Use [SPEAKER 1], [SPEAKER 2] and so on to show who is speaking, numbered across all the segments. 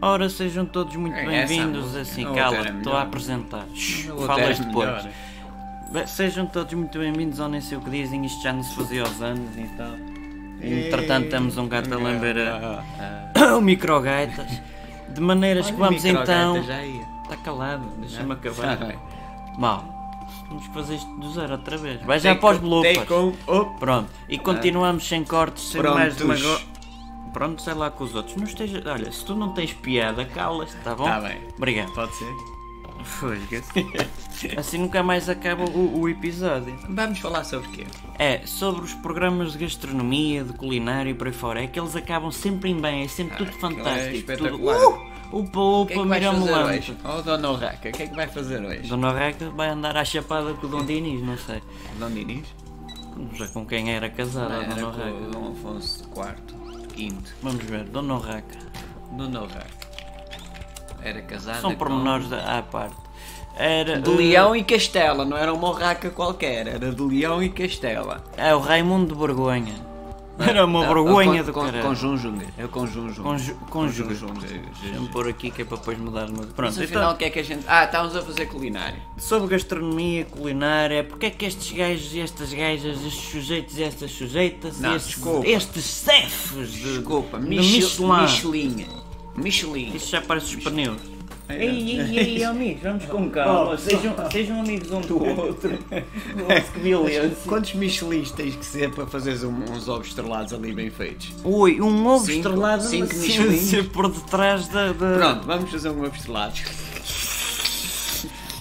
[SPEAKER 1] Ora, sejam todos muito
[SPEAKER 2] É,
[SPEAKER 1] bem-vindos.
[SPEAKER 2] essa
[SPEAKER 1] Assim,
[SPEAKER 2] música.
[SPEAKER 1] cala,
[SPEAKER 2] Outra era
[SPEAKER 1] estou a
[SPEAKER 2] melhor.
[SPEAKER 1] apresentar. Shhh,
[SPEAKER 2] Outra era
[SPEAKER 1] falas depois.
[SPEAKER 2] melhor. né?
[SPEAKER 1] Bem, Sejam todos muito bem-vindos ao Nem Sei O Que Dizem. Isto já nos fazia aos anos e tal. Entretanto, estamos um gato a lamber a- o microgaitas. De maneiras que vamos então. Está calado, deixa-me acabar. Mal, temos que fazer isto do zero outra vez. Vai já para os bloopers. Pronto, e continuamos sem cortes, sem mais
[SPEAKER 2] É. Prontos.
[SPEAKER 1] demago... Pronto, sei lá com os outros. Não esteja... Olha, se tu não tens piada, calas, tá bom?
[SPEAKER 2] Tá bem.
[SPEAKER 1] Obrigado.
[SPEAKER 2] Pode ser.
[SPEAKER 1] Assim nunca mais acaba o, o episódio.
[SPEAKER 2] Vamos falar sobre o quê?
[SPEAKER 1] É, sobre os programas de gastronomia, de culinária e por aí fora. É que eles acabam sempre em bem, é sempre tudo
[SPEAKER 2] aquilo é
[SPEAKER 1] fantástico. tudo...
[SPEAKER 2] espetacular.
[SPEAKER 1] Uh! Upa,
[SPEAKER 2] O que é
[SPEAKER 1] upa,
[SPEAKER 2] que vais fazer
[SPEAKER 1] mirabolante.
[SPEAKER 2] hoje? Ó Dona Urraca, o que é que vai fazer hoje?
[SPEAKER 1] Dona Reca vai andar à chapada com o Dom Dinis, não sei.
[SPEAKER 2] Dom Dinis?
[SPEAKER 1] Não sei com quem era casada a
[SPEAKER 2] Era
[SPEAKER 1] Tá Dona
[SPEAKER 2] com o
[SPEAKER 1] Reca.
[SPEAKER 2] Dom Afonso IV, quinto.
[SPEAKER 1] Vamos ver, Dona Reca.
[SPEAKER 2] Dona Urraca. Era casada
[SPEAKER 1] São
[SPEAKER 2] com...
[SPEAKER 1] pormenores da- à parte. Era.
[SPEAKER 2] De
[SPEAKER 1] eh,
[SPEAKER 2] Leão e Castela, não era uma urraca qualquer, era de Leão e Castela.
[SPEAKER 1] É o Raimundo de Borgonha. Era uma
[SPEAKER 2] Não,
[SPEAKER 1] vergonha
[SPEAKER 2] é o
[SPEAKER 1] do
[SPEAKER 2] con- con-
[SPEAKER 1] caralho.
[SPEAKER 2] Conjunjunga, é o conjunjunga.
[SPEAKER 1] Conju- conjuga.
[SPEAKER 2] Conjunjunga.
[SPEAKER 1] Deixa-me pôr aqui que é para depois mudar de música. Pronto,
[SPEAKER 2] Mas
[SPEAKER 1] então,
[SPEAKER 2] afinal o que é que a gente... Ah, estávamos a fazer culinária.
[SPEAKER 1] sobre gastronomia, culinária, porque é que estes gajos e estas gajas, estes sujeitos e estas sujeitas,
[SPEAKER 2] Não,
[SPEAKER 1] estes,
[SPEAKER 2] desculpa.
[SPEAKER 1] estes chefes de,
[SPEAKER 2] Desculpa,
[SPEAKER 1] de
[SPEAKER 2] Michel-
[SPEAKER 1] Michelin.
[SPEAKER 2] Michelin. Michelin.
[SPEAKER 1] Isso já parece os pneus.
[SPEAKER 2] É.
[SPEAKER 1] Ei, ei, ei, amigos, vamos com calma. sejam, sejam amigos um Oh, do outro. Nossa, que violência.
[SPEAKER 2] Quantos Michelins tens que ser para fazeres um- uns ovos estrelados ali bem feitos?
[SPEAKER 1] Ui, um ovo
[SPEAKER 2] Cinco-
[SPEAKER 1] estrelado
[SPEAKER 2] cinco
[SPEAKER 1] sem ser por detrás da. da-
[SPEAKER 2] Pronto, vamos fazer um ovo estrelado.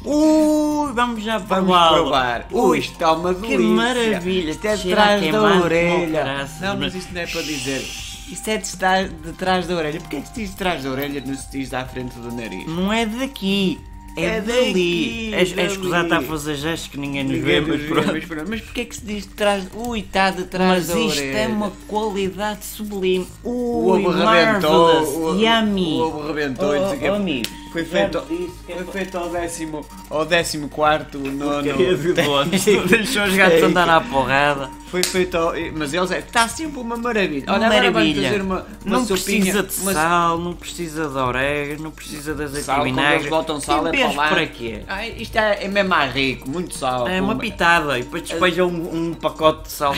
[SPEAKER 1] Ui, Uh, vamos já
[SPEAKER 2] Vamos
[SPEAKER 1] prová-lo.
[SPEAKER 2] provar. Ui, isto está uma delícia.
[SPEAKER 1] maravilha,
[SPEAKER 2] Isto é de
[SPEAKER 1] cheira a
[SPEAKER 2] trás da
[SPEAKER 1] queimado como
[SPEAKER 2] orelha.
[SPEAKER 1] caraças,
[SPEAKER 2] Não,
[SPEAKER 1] mas-
[SPEAKER 2] mas isto não é para dizer. Isto é de, estar de trás da orelha. Porquê é que se diz de trás da orelha e não se diz da frente do nariz?
[SPEAKER 1] Não é daqui, é,
[SPEAKER 2] É
[SPEAKER 1] dali.
[SPEAKER 2] daqui,
[SPEAKER 1] É, é escusado estar a
[SPEAKER 2] dali.
[SPEAKER 1] fazer gestos que ninguém nos vê, mas
[SPEAKER 2] Mas,
[SPEAKER 1] pronto.
[SPEAKER 2] mas, pronto. Mas porquê é que se diz de trás... Ui, está de trás
[SPEAKER 1] Mas
[SPEAKER 2] da
[SPEAKER 1] isto
[SPEAKER 2] orelha.
[SPEAKER 1] é uma qualidade sublime.
[SPEAKER 2] O
[SPEAKER 1] Ui,
[SPEAKER 2] ovo
[SPEAKER 1] marvelous,
[SPEAKER 2] rebentou. o-
[SPEAKER 1] yummy. Oh,
[SPEAKER 2] O ovo rebentou. e não sei o quê.
[SPEAKER 1] amigo,
[SPEAKER 2] Foi
[SPEAKER 1] já
[SPEAKER 2] feito,
[SPEAKER 1] disse que é
[SPEAKER 2] foi
[SPEAKER 1] pa- é
[SPEAKER 2] feito ao décimo, ao décimo quarto, nono.
[SPEAKER 1] Deixou os
[SPEAKER 2] É
[SPEAKER 1] gatos andar à porrada.
[SPEAKER 2] Foi feito ao, mas eles é, está sempre uma maravilha. Olha, agora vamos
[SPEAKER 1] Maravilha.
[SPEAKER 2] fazer uma, uma
[SPEAKER 1] não
[SPEAKER 2] sopinha,
[SPEAKER 1] precisa de
[SPEAKER 2] uma-
[SPEAKER 1] sal, não precisa de orégano, não precisa de azeite
[SPEAKER 2] sal,
[SPEAKER 1] e
[SPEAKER 2] quando
[SPEAKER 1] vinagre.
[SPEAKER 2] eles botam sal é
[SPEAKER 1] Tempero
[SPEAKER 2] para lá.
[SPEAKER 1] para quê?
[SPEAKER 2] Ah, isto é, é mesmo mais rico, muito sal.
[SPEAKER 1] É uma
[SPEAKER 2] pumba.
[SPEAKER 1] pitada e depois
[SPEAKER 2] É.
[SPEAKER 1] despeja um, um pacote de sal.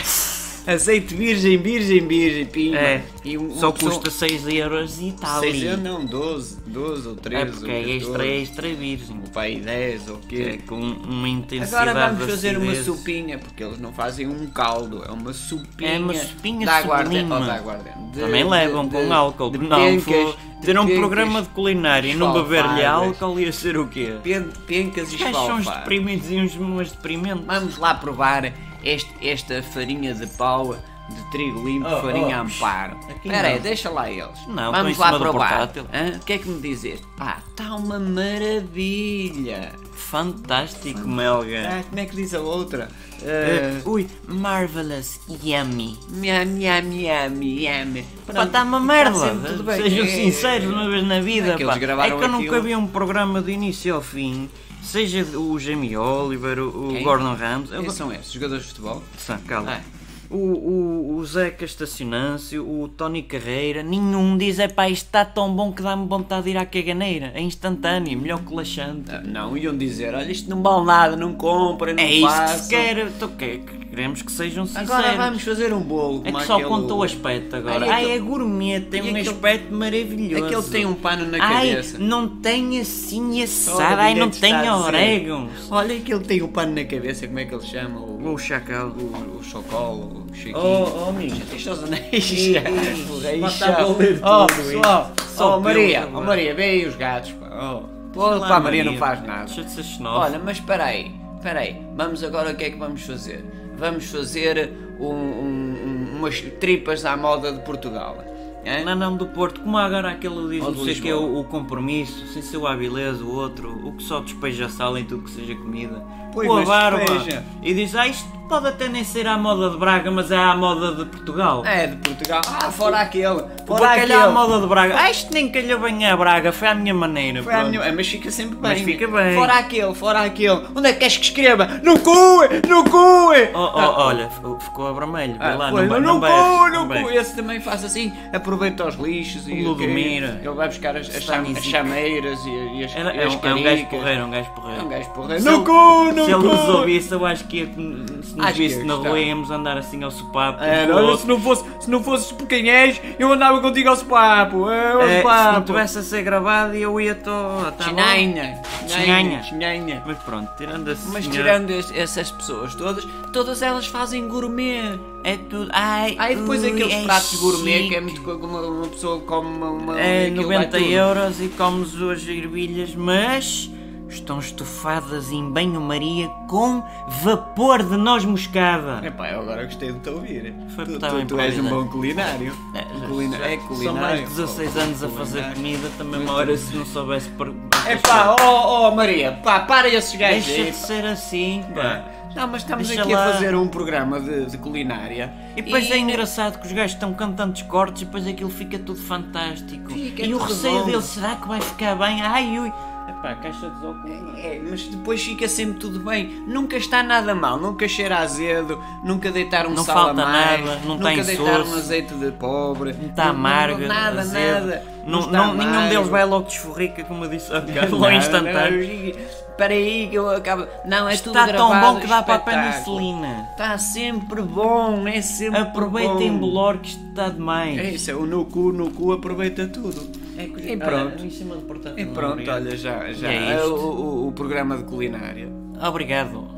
[SPEAKER 2] Azeite virgem, virgem, virgem, pima.
[SPEAKER 1] É,
[SPEAKER 2] E um,
[SPEAKER 1] só
[SPEAKER 2] um-
[SPEAKER 1] custa 6 euros e tal.
[SPEAKER 2] seis
[SPEAKER 1] e-
[SPEAKER 2] euros, então. não, 12, 12 ou 13.
[SPEAKER 1] É porque é extra, é extra virgem.
[SPEAKER 2] O pai 10 ou o
[SPEAKER 1] É,
[SPEAKER 2] quê?
[SPEAKER 1] com uma intensidade assim
[SPEAKER 2] Agora vamos fazer
[SPEAKER 1] de
[SPEAKER 2] uma
[SPEAKER 1] acidez.
[SPEAKER 2] sopinha, porque eles não fazem um caldo, é uma sopinha.
[SPEAKER 1] É uma sopinha
[SPEAKER 2] de aguardente.
[SPEAKER 1] sublime.
[SPEAKER 2] ou de aguardente, oh, de-
[SPEAKER 1] Também
[SPEAKER 2] de-
[SPEAKER 1] levam
[SPEAKER 2] de-
[SPEAKER 1] com álcool.
[SPEAKER 2] de
[SPEAKER 1] não,
[SPEAKER 2] pencas-
[SPEAKER 1] pô,
[SPEAKER 2] de
[SPEAKER 1] ter um
[SPEAKER 2] pencas-
[SPEAKER 1] programa de culinária e não beber-lhe
[SPEAKER 2] esfalfadas.
[SPEAKER 1] álcool ia ser o quê?
[SPEAKER 2] Pen- Pencas e
[SPEAKER 1] Os gajos são uns
[SPEAKER 2] esfalfadas.
[SPEAKER 1] deprimidos e uns umas deprimentes.
[SPEAKER 2] Vamos lá provar este- esta farinha de pau de trigo limpo,
[SPEAKER 1] Oh,
[SPEAKER 2] farinha
[SPEAKER 1] oh,
[SPEAKER 2] amparo.
[SPEAKER 1] aqui
[SPEAKER 2] Espera aí,
[SPEAKER 1] não.
[SPEAKER 2] deixa lá eles.
[SPEAKER 1] Não, estão em
[SPEAKER 2] Vamos
[SPEAKER 1] cima do
[SPEAKER 2] lá provar.
[SPEAKER 1] portátil.
[SPEAKER 2] Hã? O que é que me dizer? Pá, está uma maravilha.
[SPEAKER 1] Fantástico, Melga.
[SPEAKER 2] Ah, como é que diz a outra?
[SPEAKER 1] Eh,
[SPEAKER 2] Eh,
[SPEAKER 1] ui, marvelous, yummy.
[SPEAKER 2] Miam, miam, miam, miam.
[SPEAKER 1] Pá,
[SPEAKER 2] Pronto,
[SPEAKER 1] está uma
[SPEAKER 2] tá
[SPEAKER 1] merda.
[SPEAKER 2] sempre tudo bem.
[SPEAKER 1] Sejam
[SPEAKER 2] É,
[SPEAKER 1] sinceros uma vez na vida.
[SPEAKER 2] É que
[SPEAKER 1] pá.
[SPEAKER 2] eles gravaram
[SPEAKER 1] É que eu nunca
[SPEAKER 2] aquilo.
[SPEAKER 1] vi um programa de início ao fim, seja o Jamie Oliver, o, o
[SPEAKER 2] Quem?
[SPEAKER 1] Gordon Ramsay. eu-
[SPEAKER 2] Quem é, são esses? Jogadores de futebol?
[SPEAKER 1] Sá, cala.
[SPEAKER 2] Ah.
[SPEAKER 1] O, o, o Zeca Estacionâncio, o Tony Carreira, nenhum diz é pá, isto está tão bom que dá-me vontade de ir à caganeira. É instantâneo, melhor que laxante.
[SPEAKER 2] Ah, Não, iam dizer, olha, isto não vale nada, não compra, não
[SPEAKER 1] É isto que
[SPEAKER 2] façam.
[SPEAKER 1] se quer. Então, que- que- queremos que sejam sinceros.
[SPEAKER 2] Agora vamos fazer um bolo.
[SPEAKER 1] É
[SPEAKER 2] como
[SPEAKER 1] que só
[SPEAKER 2] aquele-
[SPEAKER 1] conta o aspecto agora.
[SPEAKER 2] Ai,
[SPEAKER 1] Ai,
[SPEAKER 2] aquele-
[SPEAKER 1] é gourmet, tem um
[SPEAKER 2] e aquele-
[SPEAKER 1] aspecto maravilhoso.
[SPEAKER 2] Aquele tem um pano na
[SPEAKER 1] Ai,
[SPEAKER 2] cabeça.
[SPEAKER 1] não tem assim
[SPEAKER 2] Todo
[SPEAKER 1] assado, ai, não
[SPEAKER 2] bilhete está
[SPEAKER 1] tem
[SPEAKER 2] a dizer.
[SPEAKER 1] orégãos.
[SPEAKER 2] Olha aquele tem um pano na cabeça, como é que ele chama? O,
[SPEAKER 1] O chacal.
[SPEAKER 2] o, o chocolo, o chiquinho.
[SPEAKER 1] Oh, oh, amigo.
[SPEAKER 2] Já tens os anéis.
[SPEAKER 1] Ih,
[SPEAKER 2] já.
[SPEAKER 1] ih,
[SPEAKER 2] O rei
[SPEAKER 1] pá,
[SPEAKER 2] já.
[SPEAKER 1] tá bom ler
[SPEAKER 2] Oh,
[SPEAKER 1] tudo, hein?
[SPEAKER 2] pessoal.
[SPEAKER 1] Só
[SPEAKER 2] Oh, Maria.
[SPEAKER 1] pelo
[SPEAKER 2] Oh,
[SPEAKER 1] amor.
[SPEAKER 2] Maria, vê aí os gatos. Pá, oh. Pô,
[SPEAKER 1] Sei lá,
[SPEAKER 2] pá, a Maria não faz nada.
[SPEAKER 1] Deixa de ser xenófobo.
[SPEAKER 2] Olha, mas espera aí, espera aí. Vamos agora, o que é que vamos fazer? Vamos fazer um- um- um- umas tripas à moda de Portugal. hã?
[SPEAKER 1] Não, não, do Porto, como há agora aquele diz,
[SPEAKER 2] Ou
[SPEAKER 1] não
[SPEAKER 2] de
[SPEAKER 1] sei que é
[SPEAKER 2] Lisboa.
[SPEAKER 1] o, o compromisso, sem ser o Avilés, o outro, o que só despeja sal em tudo que seja comida,
[SPEAKER 2] Pois,
[SPEAKER 1] com a
[SPEAKER 2] mas
[SPEAKER 1] barba,
[SPEAKER 2] despeja.
[SPEAKER 1] e diz, ah, isto Pode até nem ser à moda de Braga, mas é à moda de Portugal.
[SPEAKER 2] É de Portugal. Ah, fora aquele.
[SPEAKER 1] O
[SPEAKER 2] Fora
[SPEAKER 1] bacalhau à
[SPEAKER 2] aquele.
[SPEAKER 1] moda de Braga. Ah, isto nem calhou bem à Braga, foi à minha maneira.
[SPEAKER 2] Foi à
[SPEAKER 1] pronto.
[SPEAKER 2] minha- é, Mas fica sempre bem.
[SPEAKER 1] Mas fica bem.
[SPEAKER 2] Fora aquele, fora aquele. Onde é que queres que escreva? No cu! No cu!
[SPEAKER 1] Oh, oh, olha, f- ficou a vermelho. Vê
[SPEAKER 2] Ah,
[SPEAKER 1] lá,
[SPEAKER 2] foi,
[SPEAKER 1] não, vai-
[SPEAKER 2] no
[SPEAKER 1] não
[SPEAKER 2] cu,
[SPEAKER 1] bebes,
[SPEAKER 2] no
[SPEAKER 1] não
[SPEAKER 2] cu.
[SPEAKER 1] bebes.
[SPEAKER 2] Esse também faz assim, aproveita os lixos e
[SPEAKER 1] O
[SPEAKER 2] quê?
[SPEAKER 1] Ludomir.
[SPEAKER 2] Ele vai buscar as, as, cham- as
[SPEAKER 1] Stanisic.
[SPEAKER 2] chameiras e, e as,
[SPEAKER 1] Era-
[SPEAKER 2] e
[SPEAKER 1] é,
[SPEAKER 2] as
[SPEAKER 1] um, é um gajo
[SPEAKER 2] caricas.
[SPEAKER 1] porreiro, é um gajo porreiro.
[SPEAKER 2] É um gajo porreiro.
[SPEAKER 1] Se
[SPEAKER 2] No
[SPEAKER 1] ele-
[SPEAKER 2] cu, no
[SPEAKER 1] Se ele
[SPEAKER 2] cu.
[SPEAKER 1] nos ouvisse, eu acho que ia- se nos
[SPEAKER 2] Acho que
[SPEAKER 1] visse
[SPEAKER 2] ia
[SPEAKER 1] na
[SPEAKER 2] gostar.
[SPEAKER 1] rua íamos andar assim ao sopapo.
[SPEAKER 2] Era,
[SPEAKER 1] um com o
[SPEAKER 2] É, olha,
[SPEAKER 1] outro.
[SPEAKER 2] se não fosse, se não fosses por quem és, eu andava contigo aos papo, é, aos
[SPEAKER 1] Eh, se não
[SPEAKER 2] papo.
[SPEAKER 1] tivesse a ser gravado, eu ia todo. Tá bom?
[SPEAKER 2] Chinanha,
[SPEAKER 1] Chinanha.
[SPEAKER 2] chinanha.
[SPEAKER 1] Mas pronto, tirando a
[SPEAKER 2] Mas
[SPEAKER 1] senhora-
[SPEAKER 2] tirando es- essas pessoas todas, todas elas fazem gourmet.
[SPEAKER 1] É tudo. Ai,
[SPEAKER 2] Aí depois
[SPEAKER 1] ui,
[SPEAKER 2] aqueles
[SPEAKER 1] é
[SPEAKER 2] pratos gourmet
[SPEAKER 1] chique.
[SPEAKER 2] que é muito co- como uma pessoa come uma, uma
[SPEAKER 1] É
[SPEAKER 2] aquilo
[SPEAKER 1] 90
[SPEAKER 2] vai tudo.
[SPEAKER 1] euros e comes duas ervilhas, mas estão estufadas em banho-maria com vapor de noz moscada.
[SPEAKER 2] Epá, eu agora gostei de te ouvir.
[SPEAKER 1] Foi
[SPEAKER 2] tu,
[SPEAKER 1] tá
[SPEAKER 2] tu-
[SPEAKER 1] bem
[SPEAKER 2] tu és um
[SPEAKER 1] improvisado.
[SPEAKER 2] bom culinário. Um culina- é culinário.
[SPEAKER 1] São mais de 16
[SPEAKER 2] pô,
[SPEAKER 1] anos a
[SPEAKER 2] culinário.
[SPEAKER 1] fazer comida, também uma hora se não soubesse
[SPEAKER 2] É
[SPEAKER 1] por.
[SPEAKER 2] Epá, oh, oh Maria, pá, para esses gajos
[SPEAKER 1] Deixa
[SPEAKER 2] aí.
[SPEAKER 1] de ser assim,
[SPEAKER 2] É.
[SPEAKER 1] pá.
[SPEAKER 2] pá. Não, mas estamos
[SPEAKER 1] Deixa
[SPEAKER 2] aqui
[SPEAKER 1] lá.
[SPEAKER 2] a fazer um programa de, de culinária.
[SPEAKER 1] E depois é engraçado que os gajos estão com tantos cortes e depois aquilo fica tudo fantástico.
[SPEAKER 2] Fica
[SPEAKER 1] e o
[SPEAKER 2] tudo
[SPEAKER 1] receio
[SPEAKER 2] bom.
[SPEAKER 1] dele, será que vai ficar bem? Ai ui! Epá, caixa de óculos.
[SPEAKER 2] É, mas depois fica sempre tudo bem. Nunca está nada mal, nunca cheira azedo, nunca deitar um
[SPEAKER 1] Não
[SPEAKER 2] sal
[SPEAKER 1] falta
[SPEAKER 2] a mais,
[SPEAKER 1] nada, não
[SPEAKER 2] nunca
[SPEAKER 1] tem
[SPEAKER 2] deitar um
[SPEAKER 1] soço.
[SPEAKER 2] azeite de pobre,
[SPEAKER 1] Não está amargo,
[SPEAKER 2] nada,
[SPEAKER 1] azedo.
[SPEAKER 2] nada.
[SPEAKER 1] Não,
[SPEAKER 2] está
[SPEAKER 1] não- nenhum
[SPEAKER 2] amargo.
[SPEAKER 1] deles vai logo desforrica, como eu disse, ok,
[SPEAKER 2] Não,
[SPEAKER 1] logo é instantâneo.
[SPEAKER 2] não, é né? Espera aí que eu acabo. Não, é tudo
[SPEAKER 1] Está tão
[SPEAKER 2] gravado,
[SPEAKER 1] bom que dá para a
[SPEAKER 2] espetáculo.
[SPEAKER 1] penicilina.
[SPEAKER 2] Está sempre bom, é sempre
[SPEAKER 1] Aproveitem
[SPEAKER 2] bom.
[SPEAKER 1] bolor que isto está demais.
[SPEAKER 2] É isso, é o no cu, no cu aproveita tudo. e pronto.
[SPEAKER 1] É em cima do portátil,
[SPEAKER 2] E
[SPEAKER 1] não,
[SPEAKER 2] pronto,
[SPEAKER 1] obrigado.
[SPEAKER 2] olha, já, já
[SPEAKER 1] E é
[SPEAKER 2] é
[SPEAKER 1] isto.
[SPEAKER 2] o, o- o programa de culinária.
[SPEAKER 1] Obrigado.